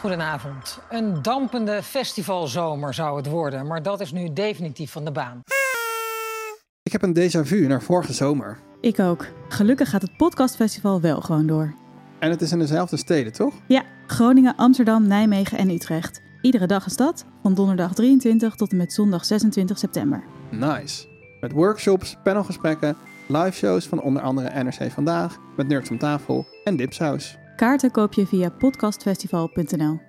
Goedenavond. Een dampende festivalzomer zou het worden, maar dat is nu definitief van de baan. Ik heb een déjà vu naar vorige zomer. Ik ook. Gelukkig gaat het podcastfestival wel gewoon door. En het is in dezelfde steden, toch? Ja, Groningen, Amsterdam, Nijmegen en Utrecht. Iedere dag een stad, van donderdag 23 tot en met zondag 26 september. Nice. Met workshops, panelgesprekken, liveshows van onder andere NRC Vandaag, met Nerds om tafel en Dipsaus. Kaarten koop je via podcastfestival.nl.